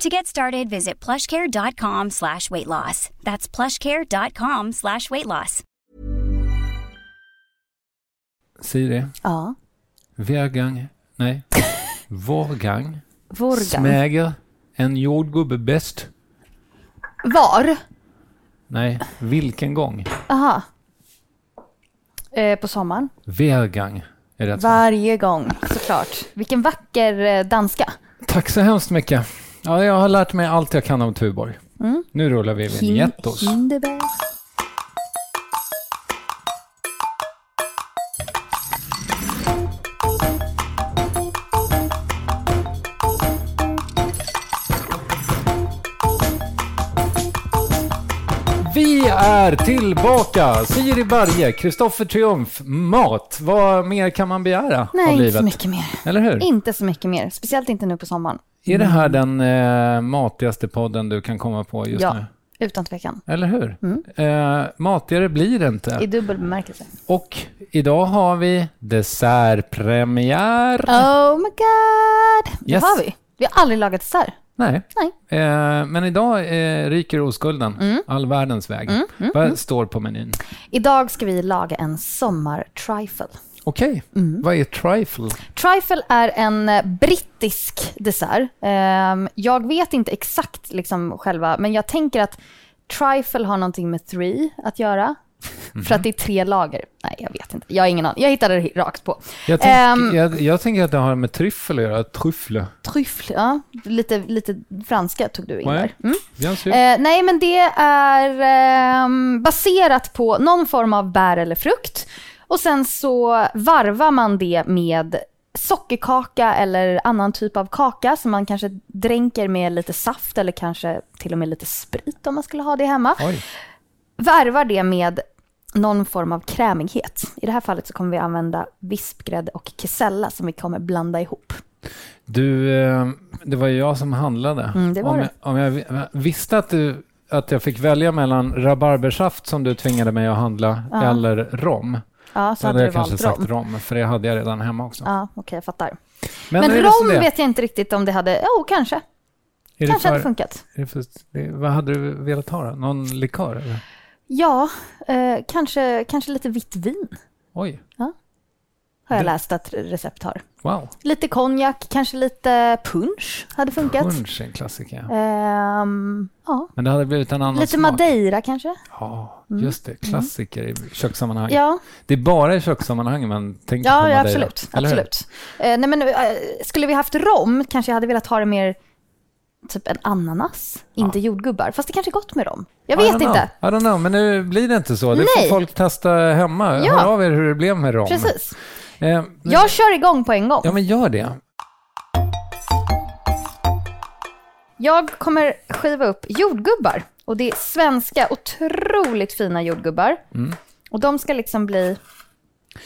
To get started, visit plushcare.com slash weight loss. That's plushcare.com slash weight loss. Siri, Ja. Vergang, nej, Vårgang Vorgan. smäger en jordgubbe bäst. Var? Nej, vilken gång? Aha. Eh, på sommaren. Vergang är det Va? Varje gång, såklart. Vilken vacker eh, danska. Tack så hemskt mycket. Ja, jag har lärt mig allt jag kan om Tuborg. Mm. Nu rullar vi Vinjettos. Hindeberg. Vi är tillbaka! Siri Berge, Kristoffer Triumf, mat. Vad mer kan man begära Nej, av inte livet? så mycket mer. Eller hur? Inte så mycket mer. Speciellt inte nu på sommaren. Är det här den eh, matigaste podden du kan komma på just ja, Mm. nu? utan tvekan. Eller hur? Eh, matigare blir det I inte. dubbel bemärkelse. Och idag har vi dessertpremiär. Oh my god! Det Yes. har vi. Vi har aldrig lagat dessert. Nej. Nej. Eh, men idag eh, ryker oskulden Mm. all världens väg. Vad står på menyn? Idag ska vi laga en sommartrifle. Okej, Mm. vad är trifle? Trifle är en eh, brittisk dessert. Ehm, jag vet inte exakt liksom själva, men jag tänker att trifle har någonting med three att göra. För att det är tre lager. Nej, jag vet inte. Jag har ingen aning. Jag hittade det rakt på. Jag, tänk, Ehm. jag, jag tänker att det har med tryffel att göra. Tryffle. Trüffle, ja. Lite, lite franska tog du in där. Nej. Mm. Jag ser. Eh, nej, men det är ehm, baserat på någon form av bär eller frukt. Och sen så varvar man det med sockerkaka eller annan typ av kaka som man kanske dränker med lite saft eller kanske till och med lite sprit om man skulle ha det hemma. Oj. Varvar det med någon form av krämighet. I det här fallet så kommer vi använda vispgrädde och kesella som vi kommer blanda ihop. Du, eh, det var ju jag som handlade. Mm, det var om, det. jag, om jag vi- eh, visste att, du, att jag fick välja mellan rabarbersaft som du tvingade mig att handla eller rom, Ja, så så hade hade jag du kanske valt rom. sagt rom, för det hade jag redan hemma också. Ja, okej, jag fattar. Men, Men är det så rom det? vet jag inte riktigt om det hade... Jo, kanske. Är det Kanske för- hade funkat. är det för- det- Vad hade du velat ha då? Någon likör? Eller? Ja, eh, kanske, kanske lite vitt vin Oj, har jag Det- läst att recept har. wow. Lite konjak, kanske lite punsch hade funkat. Punsch är en klassiker. Ehm, ja. Men det hade blivit en annan Lite smak. madeira kanske? Ja, just det. Klassiker i kökssammanhang. Ja, Det är bara i kökssammanhang man tänker på ja, ja Madeira. absolut. eller hur? absolut. Eh, nej, men, eh, skulle vi haft rom kanske jag hade velat ha det mer typ en ananas, inte jordgubbar. Fast det kanske är gott med rom. Jag I vet don't inte. know. I don't know, men nu blir det inte så. Det får Nej. folk testa hemma. Ja. Hör av er hur det blev med rom. Precis. Eh, men, Jag kör igång på en gång. ja, men gör det. Jag kommer skiva upp jordgubbar. Och det är svenska, otroligt fina jordgubbar. Mm. Och de ska liksom bli...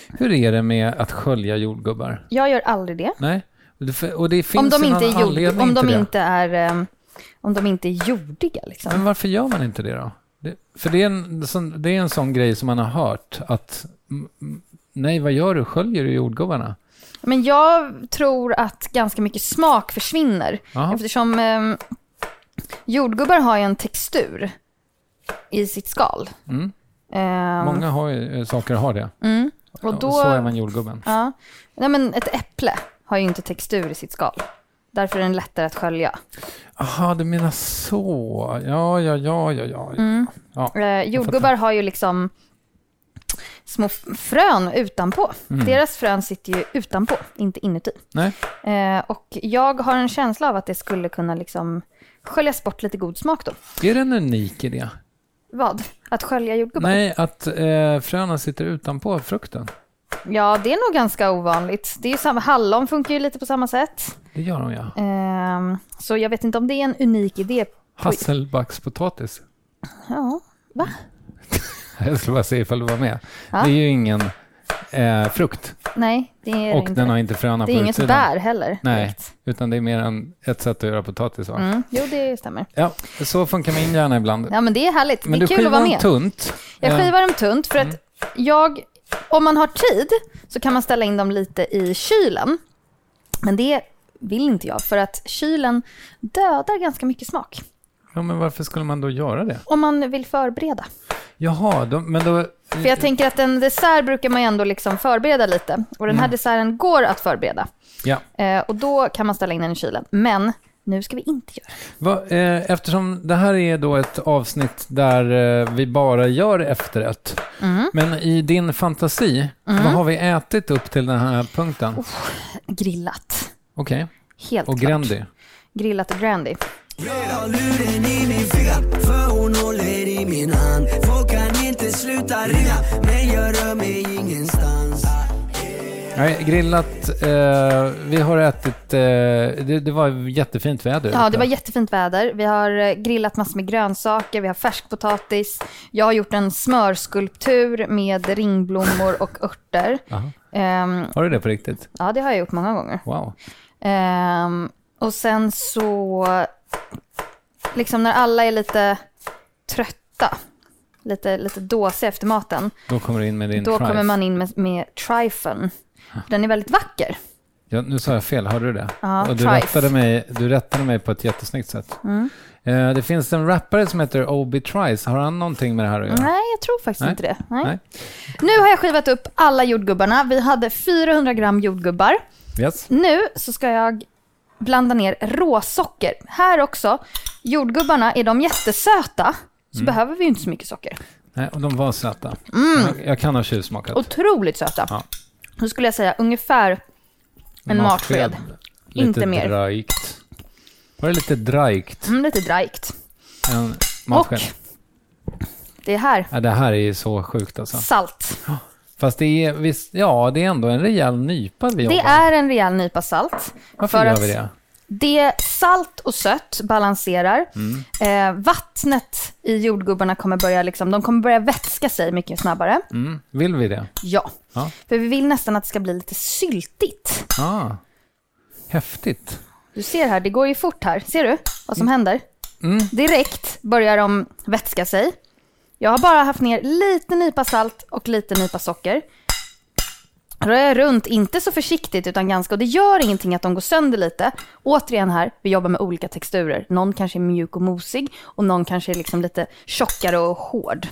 Hur är det med att skölja jordgubbar? Jag gör aldrig det. Nej? Det- Och det finns Om de ju inte någon är, jord, anledning om de till det. inte är, ehm, om de inte är jordiga. Liksom. Men varför gör man inte det då? Det, för det är, en, sån, det är en sån grej som man har hört att m- m- nej, vad gör du? Sköljer du jordgubbarna? Men jag tror att ganska mycket smak försvinner. Jaha. Eftersom ehm, jordgubbar har ju en textur i sitt skal. Mm. Ehm, Många har ju, eh, saker har det. Mm. Och Och då... Så är man jordgubben. Ja. Nej, men ett äpple har ju inte textur i sitt skal. Därför är den lättare att skölja. Jaha, du menar så. Ja, ja, ja, ja, ja. ja. Eh, jordgubbar har ju liksom små f- frön utanpå. Deras frön sitter ju utanpå, inte inuti. Mm. Nej. Eh, och jag har en känsla av att det skulle kunna liksom sköljas bort lite god smak då. Är det en unik idé? Vad? Att skölja jordgubbar? Nej, att eh, fröna sitter utanpå frukten. Ja, det är nog ganska ovanligt. Det är ju samma, hallon funkar ju lite på samma sätt. Det gör de ja. Ehm, så jag vet inte om det är en unik idé. Hasselbackspotatis. Ja, va? Jag skulle bara se ifall du var med. Ja. Det är ju ingen eh, frukt Nej, det är det och inte. den har inte fröna det på är inget utsidan. bär heller. Nej. direkt. Utan det är mer än ett sätt att göra potatis av. Mm. Jo, det stämmer. Ja, så funkar min hjärna ibland. Ja, men det är härligt. Men det du är kul att skivar vara dem med. tunt. Jag Eh, skivar dem tunt för att jag, om man har tid så kan man ställa in dem lite i kylen. Men det vill inte jag för att kylen dödar ganska mycket smak. Eh, Ja, men varför skulle man då göra det? Om man vill förbereda. Jaha, då, men då... För jag tänker att en dessert brukar man ju ändå liksom förbereda lite. Och den här desserten går att förbereda. Mm. Ja. Eh, och då kan man ställa in den i kylen. Men nu ska vi inte göra det. Va, eh, eftersom det här är då ett avsnitt där eh, vi bara gör efterrätt. Men i din fantasi, Mm. vad har vi ätit upp till den här punkten? Grillat. Okej, Helt och klart. Grandi. Grillat och Grandy. Jag har luren i min ficka för hon håller i min hand Folk kan inte sluta ringa men jag rör mig ingenstans Nej, grillat. Eh, vi har ätit... Eh, det, det var jättefint väder. Ja, ute. det var jättefint väder. Vi har eh, grillat massor med grönsaker, vi har färskpotatis. Jag har gjort en smörskulptur med ringblommor och örter. Jaha. Ehm, Har du det på riktigt? ja, det har jag gjort många gånger. Wow. Ehm, och sen så, liksom när alla är lite trötta, lite, lite dåsiga efter maten, Då kommer du in med din då fries. kommer man in med, med trifen. Den är väldigt vacker. Ja, nu sa jag fel, hörde du det? Ja, Mm. Och du, trife. rättade mig, du rättade mig på ett jättesnyggt sätt. Eh, det finns en rappare som heter Obi Trice. Har han någonting med det här att göra? Nej, jag tror faktiskt Nej. inte det. Nej. Nu har jag skivat upp alla jordgubbarna. Vi hade 400 gram jordgubbar. Yes. Nu så ska jag blanda ner råsocker. Här också. Jordgubbarna, är de jättesöta så Mm. behöver vi ju inte så mycket socker. Nej, och de var söta. Mm. Jag, jag kan ha tjuvsmakat. Otroligt söta. Ja. Då skulle jag säga ungefär en matsked. Lite Inte mer. Drajkt. Var det lite drajkt? Mm, lite drajkt. En matsked. Mm. Och det här, Ja, det här är ju så sjukt alltså. salt. Fast det är, visst, ja, det är ändå en rejäl nypa vi Det är en rejäl nypa salt. Varför för gör att- vi det? Det salt och sött balanserar. Eh, vattnet i jordgubbarna kommer börja, liksom, de kommer börja vätska sig mycket snabbare. Mm. Vill vi det? Ja. Ja. För vi vill nästan att det ska bli lite syltigt. Ah. Häftigt. Du ser här, det går ju fort här. Ser du vad som händer? Direkt börjar de vätska sig. Jag har bara haft ner lite nypa salt och lite nypa socker. Rör jag runt, inte så försiktigt utan ganska, och det gör ingenting att de går sönder lite. Återigen här, vi jobbar med olika texturer. Någon kanske är mjuk och mosig och någon kanske är liksom lite tjockare och hård.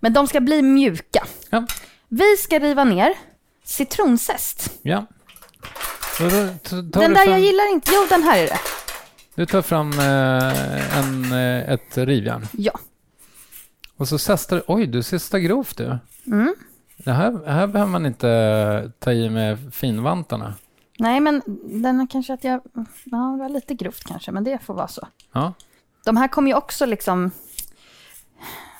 Men de ska bli mjuka. Ja. Vi ska riva ner citronzest. ja. Så då t- tar du Den där fram, jag gillar inte, jo den här är det. Du tar fram eh, en, eh, ett rivjärn. Ja. Och så sestar Oj, du sestar grovt du. Mm. Det här, här behöver man inte eh, ta i med finvantarna. Nej, men den har kanske att jag... Ja, det var lite grovt kanske, men det får vara så. Ja. De här kommer ju också liksom...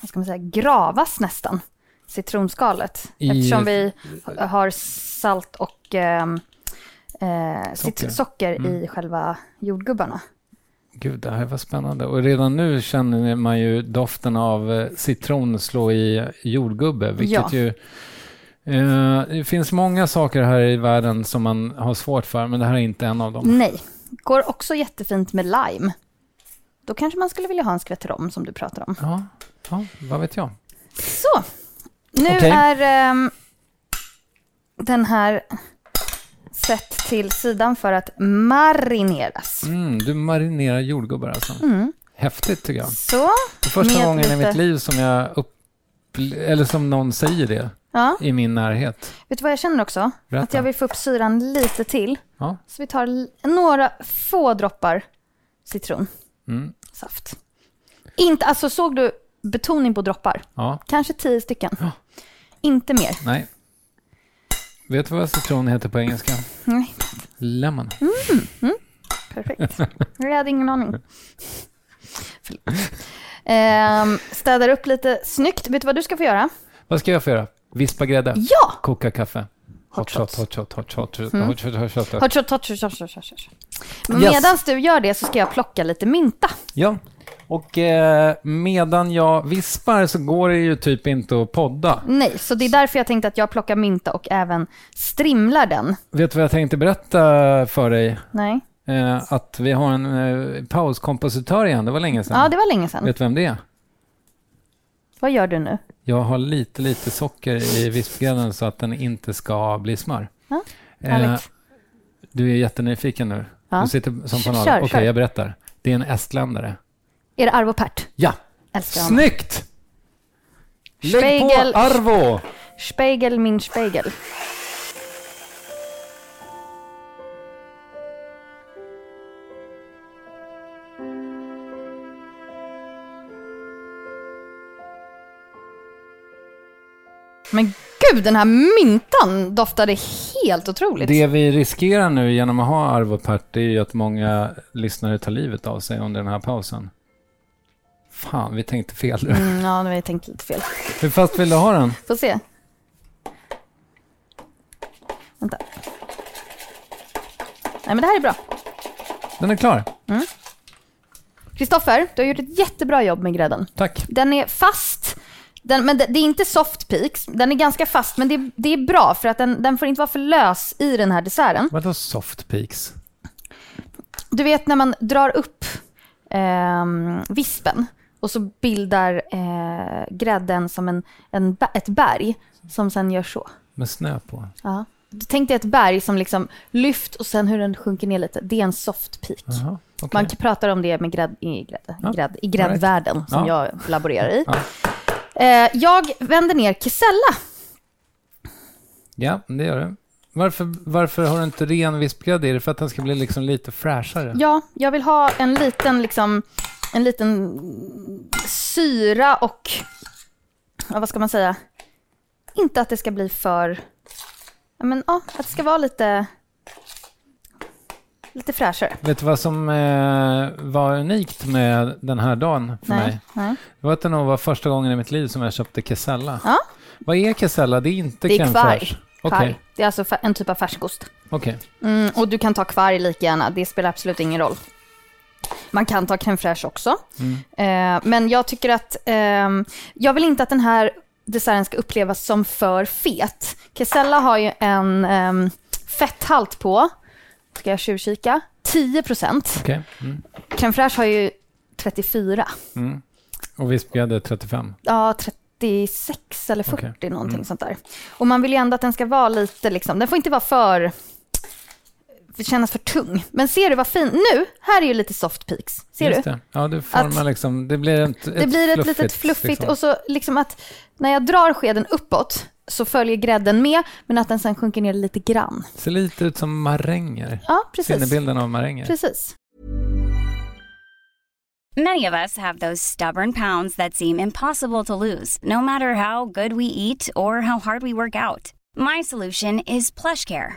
Vad ska man säga? Gravas nästan. Citronskalet. I- eh, Eftersom vi har salt och ehm, eh, socker, Socker. Mm. socker i själva jordgubbarna. Gud, det här var spännande. Och redan nu känner man ju doften av eh, citron slå i jordgubbe, vilket Ja. ju... Eh, det finns många saker här i världen som man har svårt för, men det här är inte en av dem. Nej, går också jättefint med lime. Då kanske man skulle vilja ha en skvätt rom som du pratar om. Ja, ja vad vet jag. Så, nu Okej. är ehm, den här sett till sidan för att marineras. Mm, du marinerar jordgubbar alltså. Häftigt tycker jag. Så, Det är första Mm. gången Med i lite- mitt liv som jag upple- eller som någon säger det ja. i min närhet. Vet du vad jag känner också? Berätta. Att jag vill få upp syran lite till. Ja. Så vi tar l- några få droppar citronsaft. Mm, Inte, alltså såg du betoning på droppar? ja, Kanske tio stycken. Ja. Inte mer. nej. Vet du vad citron heter på engelska? Nej, Lemon. Mm. Perfekt. Jag hade ingen aning. Förlåt. Ehm, städar upp lite snyggt. Vet du vad du ska få göra? Vad ska jag få göra? Vispa grädde? Ja! Koka kaffe? Hot shot, shots. Mm. hot shot, hot shot, hot shot, hot shot, hot shot, hot shot. Hot shot, hot shot, hot shot, hot shot. Yes. Medan du gör det så ska jag plocka lite mynta. Ja, Och eh, medan jag vispar så går det ju typ inte att podda. Nej, så det är därför jag tänkte att jag plockar mynta och även strimlar den. Vet du vad jag tänkte berätta för dig? Nej. Eh, att vi har en eh, pauskompositör igen, det var länge sedan. Ja, det var länge sedan. Vet du vem det är? Vad gör du nu? Jag har lite, lite socker i vispgrädden så att den inte ska bli smör. Ja, eh, härligt. du är jättenyfiken nu. Ja. Du sitter som på en Kör, Okej, kör. jag berättar. Det är en estländare. Är det Arvo Pärt? Ja, Älskar honom. snyggt! Lägg på Spegel. Arvo! Spegel min spegel. Men gud, den här myntan doftade helt otroligt. Det vi riskerar nu genom att ha Arvo Pärt det är ju att många lyssnare tar livet av sig under den här pausen. Fan, vi tänkte fel nu. Mm, ja, nu har jag tänkt lite fel. Hur fast vill du ha den? Får se. Vänta. Nej, men det här är bra. Den är klar. Kristoffer, du har gjort ett jättebra jobb med grädden. Tack. Den är fast, den, men det, det är inte soft peaks. Den är ganska fast, men det, det är bra för att den, den får inte vara för lös i den här desserten. Vadå soft peaks? Du vet när man drar upp ehm, vispen och så bildar eh, grädden som en, en, ba- ett berg som sen gör så. Med snö på. Ja. Tänk dig ett berg som liksom lyft och sen hur den sjunker ner lite. Det är en soft peak. Jaha, okej. Man pratar om det med grädd, i, grädd, Ja, grädd, i gräddvärlden som Ja. jag laborerar i. Eh, jag vänder ner kesella. Ja, det gör du. Varför, varför har du inte ren vispgrädde? Är det för att den ska bli liksom lite fräschare? Ja, jag vill ha en liten, liksom, en liten syra och, ja, vad ska man säga, inte att det ska bli för, ja, men ja, att det ska vara lite, lite fräschare. Vet du vad som eh, var unikt med den här dagen för mig? nej. Det var att det nog var första gången i mitt liv som jag köpte kesella. Ja. Vad är kesella? Det är inte Det är crème kvarg. fraîche. Okej, Kvarg. Det är alltså fa- en typ av färskost. okej. Mm, och du kan ta kvarg lika gärna, det spelar absolut ingen roll. Man kan ta crème fraîche också. Mm, Eh, men jag tycker att, ehm, jag vill inte att den här desserten ska upplevas som för fet. Kesella har ju en ehm, fetthalt på, ska jag tjuvkika, 10 procent. okej. Mm. Crème fraîche har ju 34, Och vispgrädde 35. ja 36 eller 40 Okej. någonting sånt där. Och man vill ju ändå att den ska vara lite, liksom, den får inte vara för kännas för tung. Men ser du vad fin, nu, här är ju lite soft peaks. Ser du? Just Det. Ja, du formar Att- liksom, det blir ett, Det blir ett litet fluffigt och så liksom att när jag drar skeden uppåt så följer grädden med men att den sen sjunker ner lite grann. Ser lite ut som maränger. Ja, precis. Sinnebilden av maränger. Precis. Many of us have those stubborn pounds that seem impossible to lose, no matter how good we eat or how hard we work out. My solution is PlushCare.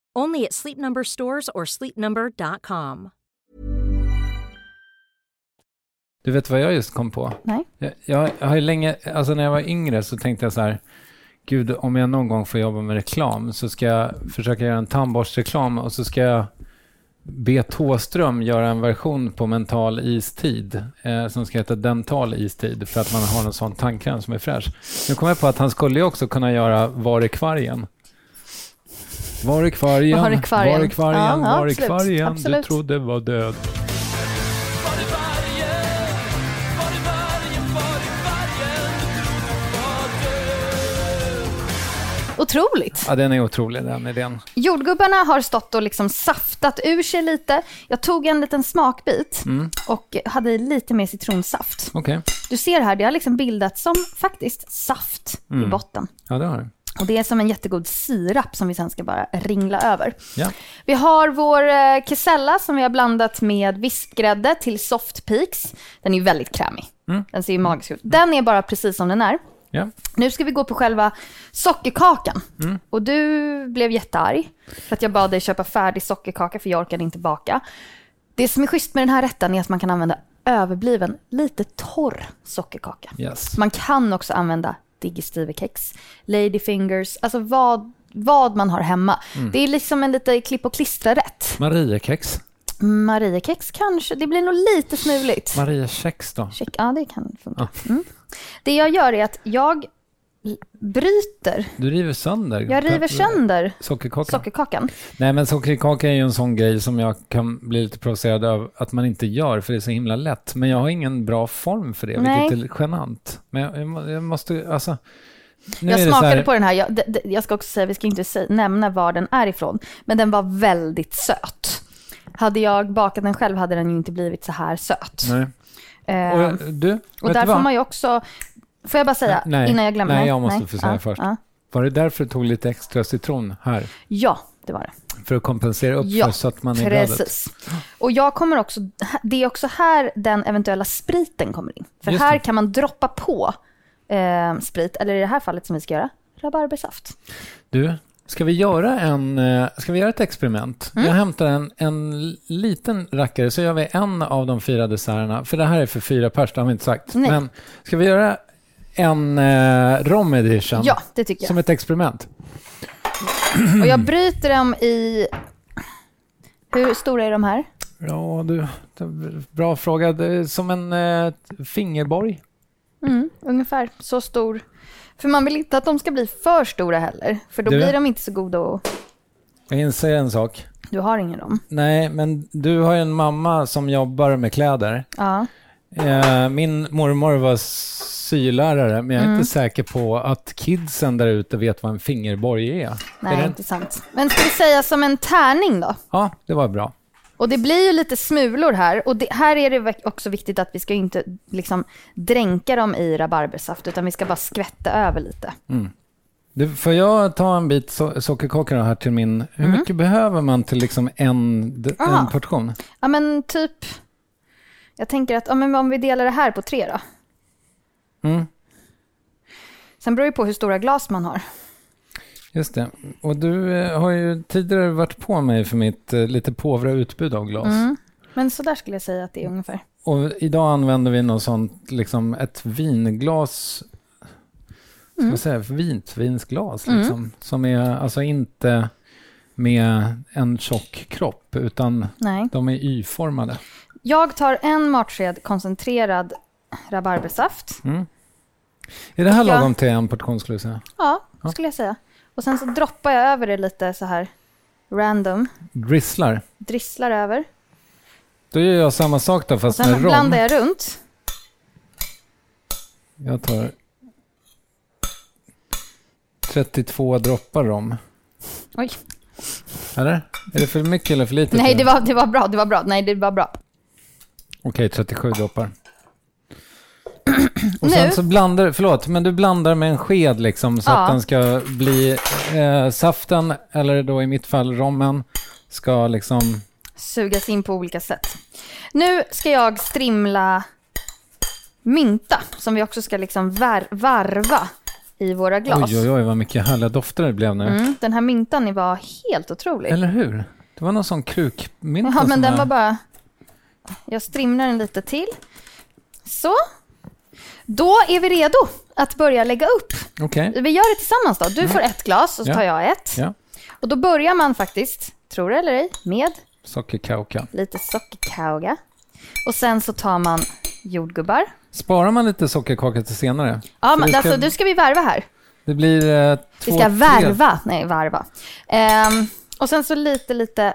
Only at Sleep Number stores or sleepnumber.com. Du vet vad jag just kom på? Nej. Jag, jag har ju länge, alltså när jag var yngre så tänkte jag så här, gud om jag någon gång får jobba med reklam så ska jag försöka göra en tandborstreklam och så ska jag be Thåström göra en version på mental istid eh, som ska heta dental istid för att man har en sån tandkräm som är fräsch. Nu kom jag på att han skulle ju också kunna göra var är kvargen? Var är kvargen? Var är Var kvargen? är kvargen? Ja, ja, var är absolut. kvargen? Du Absolut. trodde var död. Var är vargen? Var är vargen? Du trodde var död otroligt. Ja, den är otrolig den idén. Jordgubbarna har stått och liksom saftat ur sig lite. Jag tog en liten smakbit och hade i lite mer citronsaft. Okej, Du ser här, det har liksom bildats som faktiskt saft i botten. ja det har du. Och det är som en jättegod sirap som vi sen ska bara ringla över. Ja. Vi har vår eh, kesella som vi har blandat med vispgrädde till soft peaks. Den är ju väldigt krämig. Den ser ju magisk ut. Den är bara precis som den är. Ja. Nu ska vi gå på själva sockerkakan. Och du blev jättearg för att jag bad dig köpa färdig sockerkaka för jag orkade inte baka. Det som är schysst med den här rätten är att man kan använda överbliven, lite torr sockerkaka. Yes. Man kan också använda digestive-kex, ladyfingers, alltså vad, vad man har hemma. Mm. Det är liksom en lite klipp och klistra-rätt. Mariekex. Mariekex kanske, det blir nog lite smuligt. Mariekex då? Check. Ja, det kan Ah. funka. Mm. Det jag gör är att jag l- bryter, Du river sönder. jag river sönder Sockerkakan. sockerkakan. Nej, men sockerkaka är ju en sån grej som jag kan bli lite provocerad av att man inte gör, för det är så himla lätt. Men jag har ingen bra form för det, Nej. vilket är genant. Men jag, jag må- jag måste, alltså... Nu Jag är det så smakade här, på den här, jag, d- d- jag ska också säga, vi ska inte sä- nämna var den är ifrån, men den var väldigt söt. Hade jag bakat den själv hade den ju inte blivit så här söt. Nej. Eh, Och jag, du, Och där får man ju också... Får jag bara säga, Nej, nej. innan jag glömmer? Nej, jag måste få säga ja, först. Ja. Var det därför du tog lite extra citron här? ja, det var det. För att kompensera upp Ja, för så att man är i brödet? Precis. Och jag kommer också... Det är också här den eventuella spriten kommer in. För Just här det. kan man droppa på eh, sprit, eller i det här fallet som vi ska göra, rabarbersaft. Du, ska vi göra, en, eh, ska vi göra ett experiment? Mm. Jag hämtar en, en liten rackare, så gör vi en av de fyra desserterna. För det här är för fyra pers, det har vi inte sagt. Nej. Men ska vi göra en eh, rom edition? Ja, det tycker jag. Som ett experiment? Och jag bryter dem i... Hur stora är de här? Ja, du. det- Bra fråga. Det är som en eh, fingerborg. Mm, ungefär så stor. För man vill inte att de ska bli för stora heller, för då Du- blir de inte så goda och... Jag inser en sak. Du har ingen dem. Nej, men du har ju en mamma som jobbar med kläder. Ja. Eh, Min mormor var sylärare, men jag är Mm. inte säker på att kidsen där ute vet vad en fingerborg är. Nej, är det? inte sant. Men ska vi säga som en tärning då? Ja, det var bra. Och det blir ju lite smulor här. Och det, här är det vek- också viktigt att vi ska inte liksom dränka dem i rabarbersaft, utan vi ska bara skvätta över lite. Du, får jag ta en bit so- sockerkaka då här till min... Hur Mm. mycket behöver man till liksom en, d- en Aha. portion? Ja, men typ... Jag tänker att ja, men om vi delar det här på tre då. Mm, Sen beror det på hur stora glas man har. just det. Och du eh, har ju tidigare varit på mig för mitt eh, lite påvra utbud av glas. Mm. Men så där skulle jag säga att det är ungefär. Och idag använder vi något sånt, liksom ett vinglas, ska Mm. man säga, ett vitvinsglas liksom, som är alltså inte med en tjock kropp, utan Nej. de är y-formade. Jag tar en matsked koncentrerad rabarbersaft. Är det här Ja. lagom till en portion skulle du säga? Ja, skulle jag säga. Och sen så droppar jag över det lite så här random. Drizzlar. Drisslar över. Då gör jag samma sak då, fast Sen med rom. Typ blandar Jag. jag runt. tar 32 droppar rom. Oj. Eller? Är det för mycket eller för lite? Nej, tror det du? var, det var bra. Det var bra. Nej, det var bra. Okej, 37 droppar. Och Nu- sen så blandar du, förlåt, men du blandar med en sked liksom så Ja. att den ska bli, eh, saften eller då i mitt fall rommen ska liksom, Sugas in på olika sätt. Nu ska jag strimla mynta som vi också ska liksom var, varva i våra glas. oj oj oj vad mycket härliga dofter det blev nu. Mm, den här myntan ni var helt otrolig. Eller hur? Det var någon sån krukmynta Ja, som men den jag- var bara... Jag strimlar den lite till. Så. Då är vi redo att börja lägga upp. Okej, Vi gör det tillsammans då. Du får ett glas och så Mm. Ja. tar jag ett. ja. Och då börjar man faktiskt, tror det eller ej, med Sockerkauka. lite sockerkauga. Och sen så tar man jordgubbar. Sparar man lite sockerkaka till senare? Ja, För men det, ska, alltså nu ska vi varva här. det blir eh, två, Vi ska tre- värva. Nej, varva. Ehm, och sen så lite, lite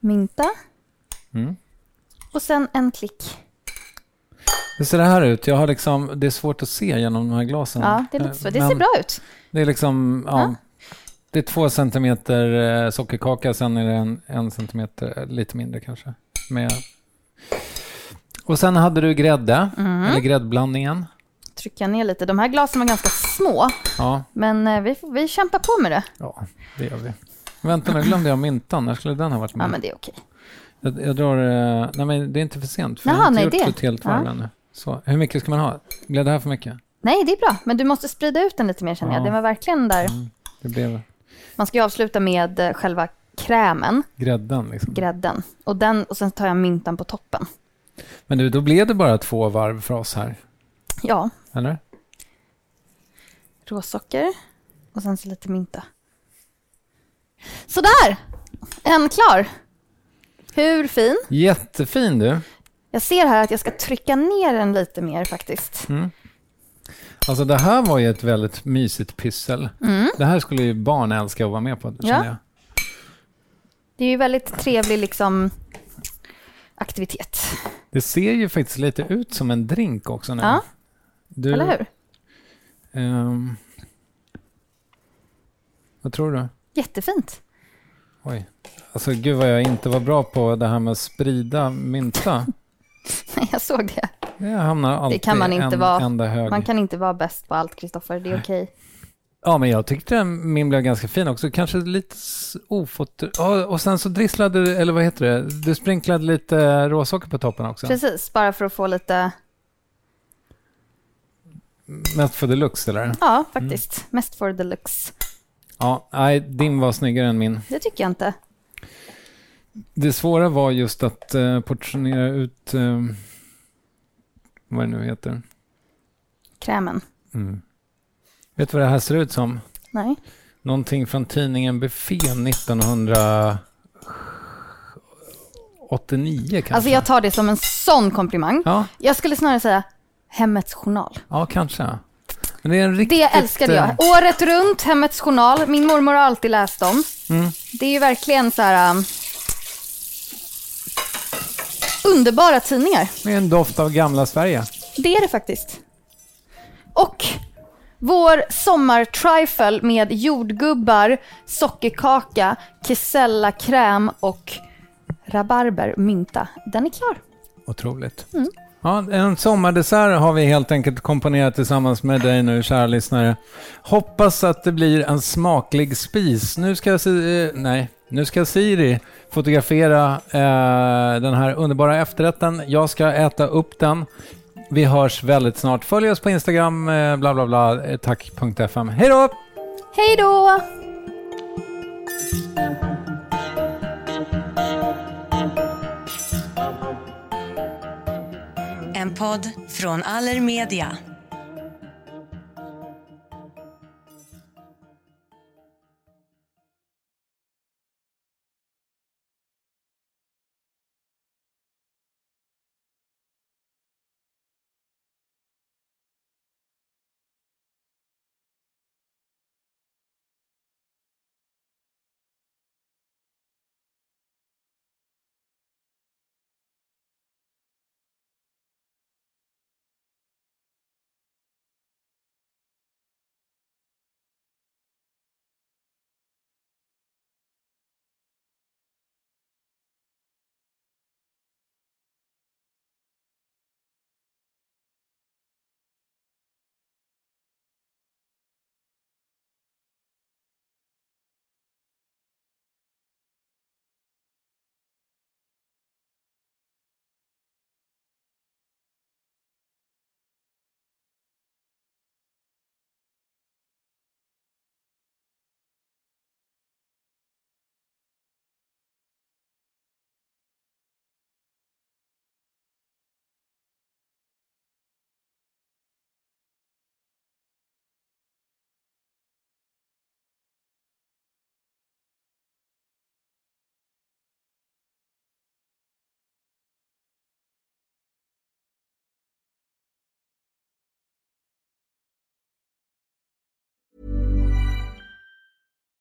mynta. Mm. Och sen en klick. Hur ser det här ut? Jag har liksom, det är svårt att se genom de här glasen. Ja, det är lite Eh, så. Det men- ser bra ut. Det är liksom, ja, Det är två centimeter eh, sockerkaka, sen är det en, en centimeter, eh, lite mindre kanske. Med. Och sen hade du grädde, Mm. eller gräddblandningen. Trycka ner lite. De här glasen var ganska små, Ja, men eh, vi, vi kämpar på med det. ja, det gör vi. Vänta nu glömde jag myntan, när skulle den ha varit med? Ja, men det är okej. jag, jag drar, eh, nej men det är inte för sent, för Jaha, jag har nej, inte det. gjort ett helt varv ännu. Så, hur mycket ska man ha? Blev det här för mycket? Nej, det är bra. Men du måste sprida ut den lite mer känner jag. Ja. Mm. Den var verkligen där. Det blev Man ska ju avsluta med eh, själva krämen, grädden liksom. grädden. Och, den, och sen tar jag myntan på toppen. Men du, då blev det bara två varv för oss här, Ja, eller? råsocker och sen så lite mynta. Sådär! En klar. Hur fin? Jättefin du. Jag ser här att jag ska trycka ner den lite mer faktiskt. Alltså det här var ju ett väldigt mysigt pyssel. Mm. Det här skulle ju barn älska att vara med på, känner jag. Det är ju väldigt trevlig liksom, aktivitet. Det ser ju faktiskt lite ut som en drink också nu. Ja, du, eller hur? ehm, vad tror du? Jättefint. Oj. Alltså gud vad jag inte var bra på det här med att sprida mynta. Nej, jag såg det. Jag hamnar alltid kan man inte en vara. enda hög. Man kan inte vara bäst på allt, Kristoffer. Det är okej. Ja, men jag tyckte den- min blev ganska fin också. Kanske lite s- ofot... Ja, och sen så drisslade du, eller vad heter det? Du sprinklade lite råsocker på toppen också. Precis, bara för att få lite... Mest för deluxe, eller? Ja, faktiskt. Mest for deluxe. Ja, nej, din var snyggare än min. Det tycker jag inte. Det svåra var just att eh, portionera ut... Eh, vad det nu heter. Krämen. Mm. Vet du vad det här ser ut som? Nej. Någonting från tidningen Buffé 1989 kanske? Alltså jag tar det som en sån komplimang. Ja, Jag skulle snarare säga Hemmets Journal. ja, kanske. Men det är en riktigt... Det älskade eh, jag. Året runt, Hemmets Journal. Min mormor har alltid läst dem. Mm. Det är ju verkligen så här... um, underbara tidningar. Med en doft av gamla Sverige. Det är det faktiskt. Och vår sommartrifle med jordgubbar, sockerkaka, kesellakräm och rabarber, mynta. Den är klar. Otroligt. Ja, en sommardessert har vi helt enkelt komponerat tillsammans med dig nu, kära lyssnare. Hoppas att det blir en smaklig spis. Nu ska, Si- eh, nej, nu ska Siri fotografera eh, den här underbara efterrätten. Jag ska äta upp den. Vi hörs väldigt snart. Följ oss på Instagram, eh, bla bla bla, eh, tack.fm. Hej då! Hej då! En podd från Allermedia.